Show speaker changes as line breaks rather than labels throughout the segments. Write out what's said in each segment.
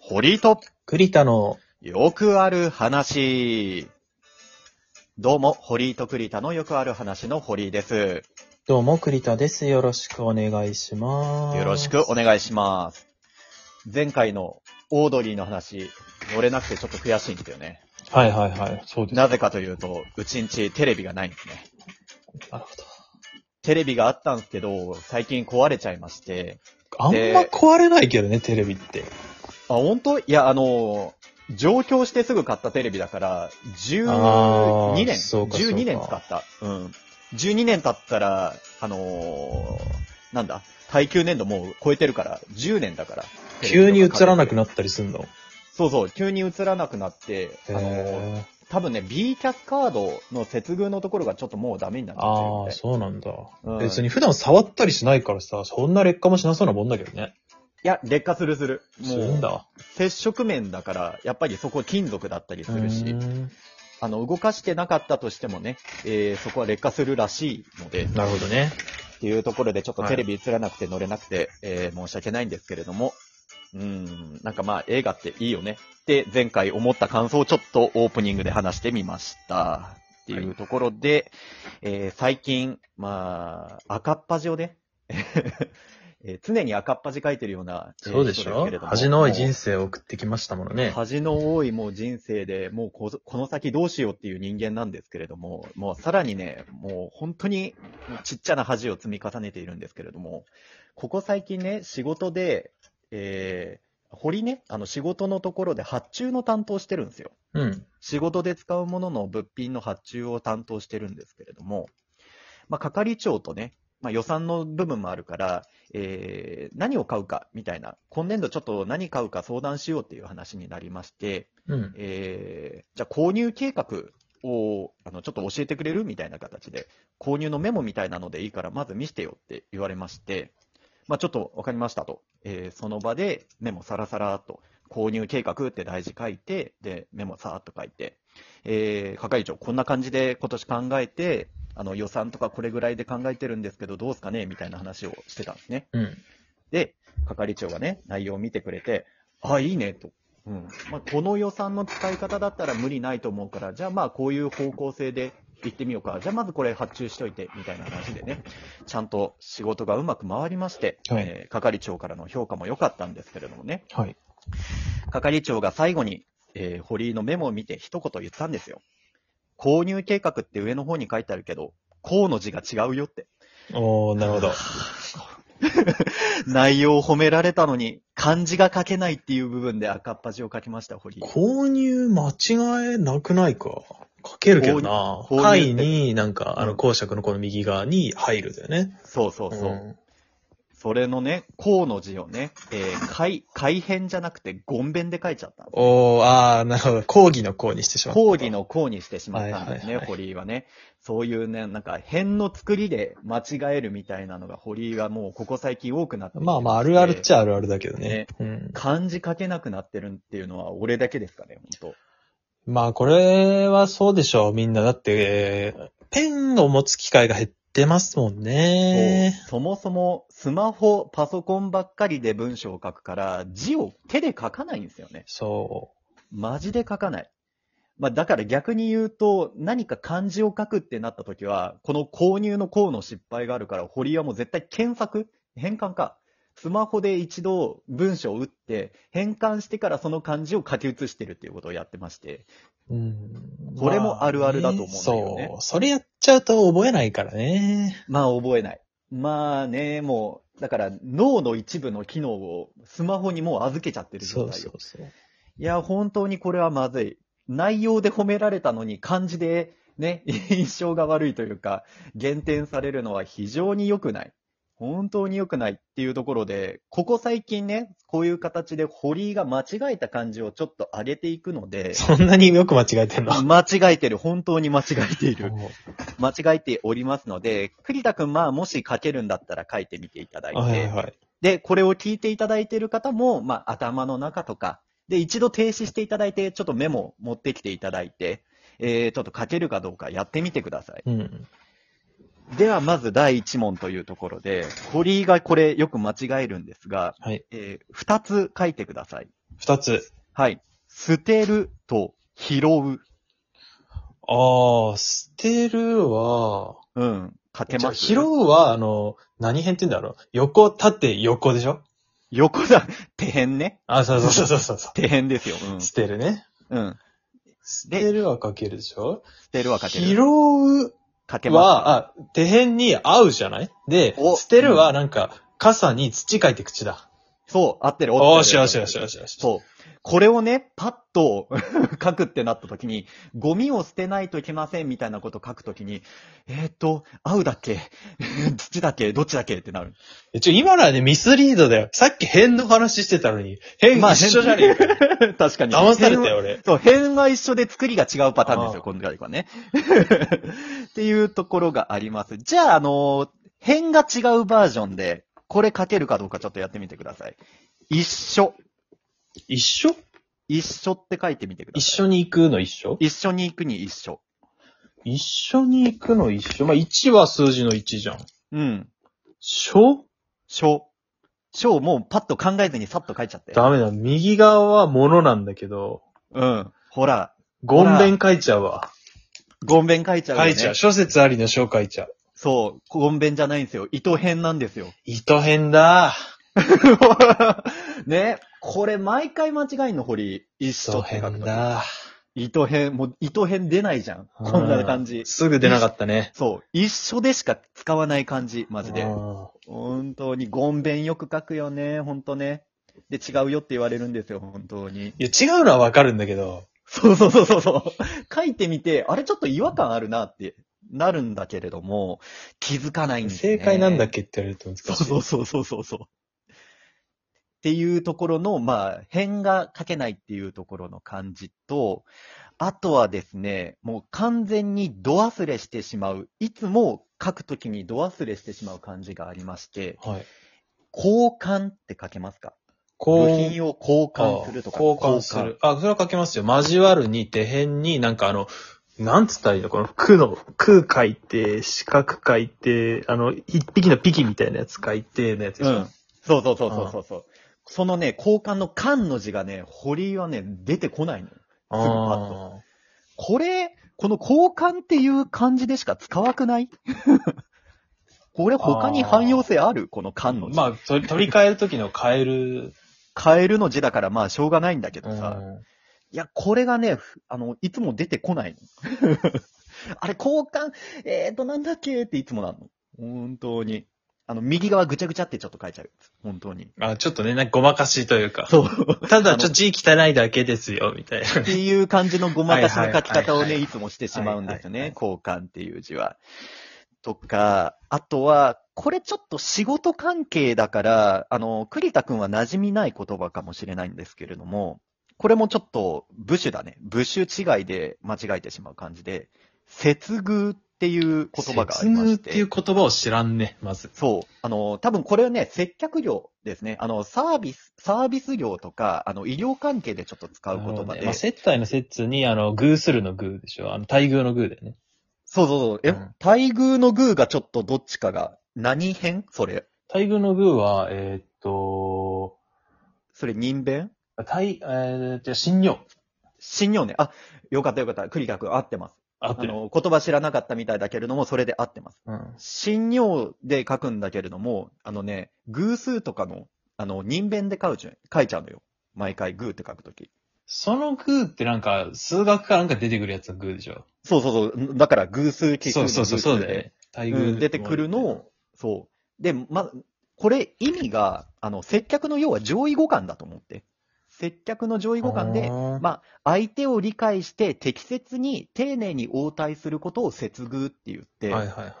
堀井と
栗田の、
よくある話。どうも、堀井と栗田のよくある話の堀井です。
どうも栗田です。よろしくお願いします。
よろしくお願いします。前回のオードリーの話、乗れなくてちょっと悔しいんですよね。
はいはいはい。そうです。
なぜかというと、うちんちテレビがないんですね。
なるほど。
テレビがあったんですけど、最近壊れちゃいまして。
あんま壊れないけどね、テレビって。
あ、本当いや、あの、上京してすぐ買ったテレビだから、12
あー
年、
そうかそうか
12年使った。うん。12年経ったら、あのーなんだ、耐久年度もう超えてるから、10年だから。
急に映らなく
っ
なったりすんの。
そうそう、急に映らなくなって、あのー
へー
多分ね、B キャスカードの接遇のところがちょっともうダメになっち
ああ、
ゃ
そうなんだ。
うん
別に普段触ったりしないからさ、そんな劣化もしなそうなもんだけどね。
いや、劣化するする。も
するん
う、
だ。
接触面だから、やっぱりそこ金属だったりするし。
うーん
あの、動かしてなかったとしてもね、えーそこは劣化するらしいので、
なるほどね。
っていうところでちょっとテレビ映らなくて乗れなくて、えー申し訳ないんですけれども、うーん、なんかまあ映画っていいよねって前回思った感想をちょっとオープニングで話してみました。っていうところで、えー最近、まあ、赤っ端をね、 えー常に赤っ端書いてるような、えー
そうでし
人す
ょ
けれども
恥の多い人生を送ってきましたものね。
恥の多いもう人生で、もうここの先どうしようっていう人間なんですけれども、もうさらにね、もう本当にちっちゃな恥を積み重ねているんですけれども、ここ最近ね、仕事で、えー、堀ね、あの仕事のところで発注の担当してるんですよ。
うん。
仕事で使うものの物品の発注を担当してるんですけれども、まあ、係長とね、まあ、予算の部分もあるから、えー何を買うかみたいな、今年度ちょっと何買うか相談しようっていう話になりまして、
うん。
えーじゃあ購入計画をあのちょっと教えてくれるみたいな形で、購入のメモみたいなのでいいから、まず見せてよって言われまして、まあ、ちょっと分かりましたと、えーその場でメモさらさらっと、購入計画って大事書いて、でメモさーっと書いて、えー係長、こんな感じで今年考えて、あの予算とかこれぐらいで考えてるんですけど、どうですかねみたいな話をしてたんですね。
うん。
で、係長がね、内容を見てくれて、あ、いいね、と。うん。まあ、この予算の使い方だったら無理ないと思うから、じゃあまあこういう方向性で行ってみようか。じゃあまずこれ発注しといて、みたいな話でね。ちゃんと仕事がうまく回りまして、
はい
えー係長からの評価も良かったんですけれどもね。
はい。
係長が最後に、えー堀井のメモを見て一言言ったんですよ。購入計画って上の方に書いてあるけど、こうの字が違うよって。
おー、なるほど。
内容を褒められたのに、漢字が書けないっていう部分で赤っ端を書きました、堀井。
購入間違えなくないか。書けるけどな。
購入購入
貝
って
に、なんか、あ
う
の、
ん
公爵のこの右側に入るだよね。
そうそうそう。
ん
それのね、こうの字をね、えー、改、改変じゃなくて、ごんべんで書いちゃったんです。
おー、あー、なるほど。講義の講にしてしまった。
講義。のこうにしてしまったんです
はいはい
ね、
はい
堀井はね。そういうね、なんか、変の作りで間違えるみたいなのが、堀井はもうここ最近多くなってきて
まあまあ、あるあるっちゃあるあるだけどね。うん。
漢字書けなくなってるっていうのは、俺だけですかね、本
まあ、これはそうでしょう、みんな。だって、ペンを持つ機会が減ってますもん
当、
ね。
そうそもそも、スマホ、パソコンばっかりで文章を書くから、字を手で書かないんですよね。
そ
マジで書かない。まあ、だから逆に言うと、何か漢字を書くってなった時は、この購入の項の失敗があるから、堀井はもう絶対検索変換か。スマホで一度文章を打って、変換してからその漢字を書き写してるっていうことをやってまして。
う。うん。
これもあるあるだと思うんだけどね
そう。それやっちゃうと覚えないからね。
まあ覚えない。まあね、もう、だから脳の一部の機能をスマホにもう預けちゃってる状
そう
態
そ
よ。
うそう。
いや、本当にこれはまずい。内容で褒められたのに漢字でね、 印象が悪いというか、減点されるのは非常に良くない。本当に良くないっていうところで、ここ最近ね、こういう形で堀井が間違えた漢字をちょっと上げていくので、
そんなによく間違えてんの
間違えてる。本当に間違えている。間違えておりますので、栗田くんまあもし書けるんだったら書いてみていただいて、
はいはい。
で、これを聞いていただいている方も、まあ、頭の中とか、で、一度停止していただいて、ちょっとメモを持ってきていただいて、えー、ちょっと書けるかどうかやってみてください。
うん。
では、まず第一問というところで、堀井がこれよく間違えるんですが、
はい。
えー、二つ書いてください。
二つ。
はい。捨てると拾う。
ああ、捨てるは、
うん。かけ
じゃあ
ます。
拾うは、あの、何編って言うんだろう横、縦、横でしょ
横だ。手辺ね。
あ、そうそうそうそうそうそ
手辺ですよ。
う。捨てるね。
うん。うん。
捨てるはかけるでしょ
捨てるはかけ
拾
る。
う
かけます。
は、あ、手辺に合うじゃないで
お、
捨てるはなんか、傘に土書いて口だ。
そう、合ってる。合っ
おー
て
し
る
よしよしよしよし。
そう。これをね、パッと 書くってなった時に、ゴミを捨てないといけませんみたいなこと書くときに、えーっ、と、合うだっけ 土だっけどっちだっけってなる。
えちょ、今のはね、ミスリードだよ。さっき辺の話してたのに、辺
まあ
一緒じゃねえ か。
確かに。
騙されたよ、俺。
そう、辺は一緒で作りが違うパターンです
あ
よ、
あ
今回はね。 っていうところがあります。じゃあ、あの、辺が違うバージョンで、これ書けるかどうかちょっとやってみてください。一緒。
一緒
一緒って書いてみてくだ
一
さい。
緒に行くの一緒
一緒に行くに一緒。
一緒に行くの一緒。まあ、1は数字の1じゃん。
うん。
書
書。書をもうパッと考えずにさっと書いちゃって。
ダメだ。右側は物なんだけど、
うん。ほら、
ごんべん書いちゃうわ。
ごんべん書いちゃうよ、
書
ね。
いちゃう。諸説ありの書書いちゃう。
そう、ごんべんじゃないんですよ。糸編なんです よ。
糸編だ。
ね、これ毎回間違いの堀、一緒
糸
って書く
編
とき。
だ。
糸編、もう糸編出ないじゃん。
うん
こんな感じ。
すぐ出なかったね。
そう、一緒でしか使わない感じ、マジで
う。ん
本当に、ごんべんよく書くよね、本当ね。で、違うよって言われるんですよ、本当に。
いや、違うのはわかるんだけど、
そうそうそうそうそう。書いてみて、あれちょっと違和感あるなってなるんだけれども、気づかないんです、ね。
正解なんだっけって言われると難しい。
そうそうそうそうそう。っていうところの、まあ、辺が書けないっていうところの感じと、あとはですね、もう完全に度忘れしてしまう。いつも書くときに度忘れしてしまう感じがありまして、
はい。
交換って書けますか
こ
部
う
品を交換するとか。
交換する。あ、それは書けますよ。交わるに、手辺に、なんかあの、なんつったらいいのこの、区の、空書いて、四角書いて、あの、一匹のピキみたいなやつ書いて、のやつで
交換。う
しょ
ん。そうそうそうそうそうそう。そのね、交換の間の字がね、堀井はね、出てこないのよ。
あ
すぐパッ
ー
これ、この交換っていう漢字でしか使わくない これ他に汎用性あるこの間の字。
まあ、と取り替える時の変える。
カエルの字だからまあしょうがないんだけ
う
どさ。
ん
いや、これがね、ふあの、いつも出てこないの。 あれ、交換、えーと、なんだっけっていつもなの。本当に。あの、右側ぐちゃぐちゃってちょっと書いちゃう。本当に。
あ、ちょっとね、なんかごまかしというか。
そう。
ただ、ちょっと字汚いだけですよ、みたいな。
っていう感じのごまかしの書き方を
はいはいはい
ね、
はい
いつもしてしまうんですよ
はいはい
ね。交換っていう字は。とか、あとは、これちょっと仕事関係だから、あの、栗田くんは馴染みない言葉かもしれないんですけれども、これもちょっと部首だね。部首違いで間違えてしまう感じで、接遇っていう言葉がありま
接
し
遇ってい
て
う。言葉を知らんね、まず。
そう。あの、多分これはね、接客業ですね。あの、サービス、サービス業とか、あの、医療関係でちょっと使う言葉
あの
で。
ねまあ、接待の接に、あの、偶するの偶でしょ。あの、待遇の偶だよね。
そうそうそう。え、
うん
待遇の偶がちょっとどっちかが、何編それ。
待遇の偶は、えーっと、
それ人弁
対、えー、じゃあ、信用。
信用ね。あ、よかったよかった。栗田君合ってます。
合っ
あ
てる。
の、言葉知らなかったみたいだけれども、それで合ってます。
うん。
信用で書くんだけれども、あのね、偶数とかの、あの、人弁で書うじゃん書いちゃうのよ。毎回偶って書くとき。
その偶ってなんか、数学かなんか出てくるやつの偶でしょ。
そうそうそう。だから偶数奇数
そう
の
そうそう、
偶
そう
数
だよ
で
ね。待
う
遇
ん出てくるのを、そう。で、ま、これ意味が、あの、接客の要は上位互換だと思って。接客の上位互換で、
あー
まあ、相手を理解して適切に丁寧に応対することを接遇って言って、
はいはいはい。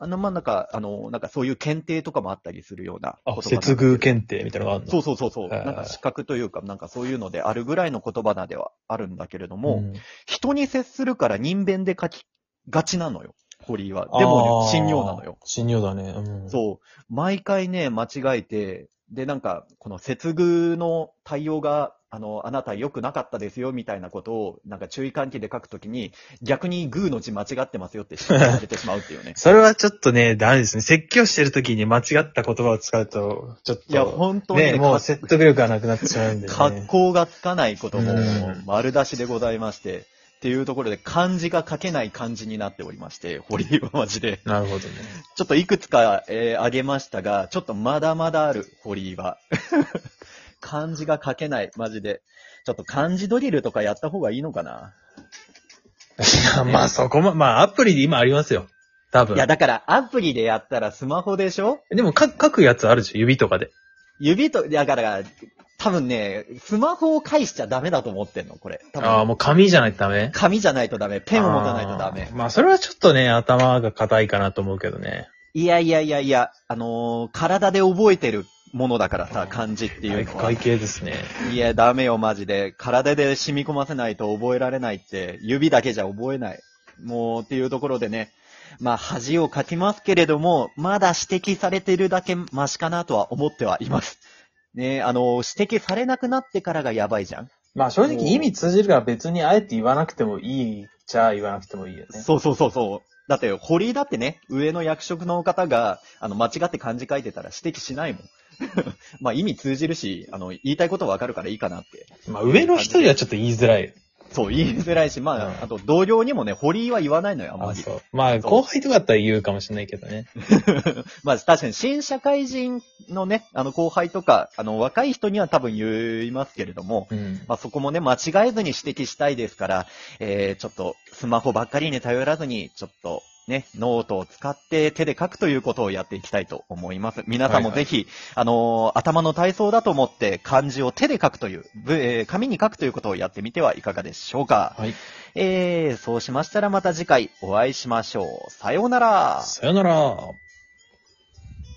あの、まあ、なんか、あの、なんかそういう検定とかもあったりするような言葉なん
あ、
ですけど。
接遇検定みたいなのがあるの
そううそうそうそう。
はいはい
なんか資格というか、なんかそういうのであるぐらいの言葉なではあるんだけれども、
ん
人に接するから人弁で書きがちなのよ、堀井は。でもね、
あー
信用なのよ。。
信用だね。うん。。
そう。毎回ね、間違えて、で、なんか、この接遇の対応があの、あなた良くなかったですよみたいなことを、なんか注意喚起で書くときに、逆にグーの字間違ってますよって指摘されてしまうっていうね
それはちょっとね、ダメですね。説教してる時に間違った言葉を使うと、ちょっと。
いや、本当に
ね、
ね、
もう
か
説得力がなくなってしまうんで、ね。
格好がつかないことも
うん
丸出しでございまして、っていうところで漢字が書けない漢字になっておりまして、堀井はマジで。
なるほどね。
ちょっといくつか、えー、挙げましたが、ちょっとまだまだある、堀井は。 漢字が書けない、マジで。ちょっと漢字ドリルとかやった方がいいのかな、
いや、 まあそこま、まあアプリで今ありますよ。多分。
いや、だからアプリでやったらスマホでしょ
でもか書くやつあるでしょ指とかで。
指と、だから、多分ね、スマホを返しちゃダメだと思ってんの、これ。多
ああ、
分
もう紙じゃないとダメ
紙じゃないとダメ、ペンを持たないとダメ
あー。まあそれはちょっとね、頭が硬いかなと思うけどね。
いやいやいやいや、あのー体で覚えてるものだからさ、漢字っていうのは
会。計ですね。
いや、ダメよ、マジで。体で染み込ませないと覚えられないって、指だけじゃ覚えない。もう、っていうところでね。まあ、恥をかきますけれども、まだ指摘されてるだけマシかなとは思ってはいます。ねえあの、指摘されなくなってからがやばいじゃん。
まあ正
直意味
通じるから別にあえて言わなくてもいいじゃあ言わなくてもいいよね
そうそうそうそう。だって、堀井だってね、上の役職の方が、あの、間違って漢字書いてたら指摘しないもん。 まあ、意味通じるし、あの、言いたいことわかるからいいかなって。
まあ上の人にはちょっと言いづらい。
そう、言いづらいし、まあ、
うん
あと、同僚にもね、堀井は言わないのよ、あんま
あ
り。
そう。まあ後輩とかだったら言うかもしれないけどね。
まあ、確かに、新社会人のね、あの、後輩とか、あの、若い人には多分言いますけれども、
うん。
まあ、そこもね、間違えずに指摘したいですから、えー、ちょっと、スマホばっかりに頼らずに、ちょっと、ね、ノートを使って手で書くということをやっていきたいと思います。皆さんもぜひ、あのー頭の体操だと思って漢字を手で書くという、ぶえー紙に書くということをやってみてはいかがでしょうか。
はい。
えー、そうしましたらまた次回お会いしましょう。さようなら。
さよなら。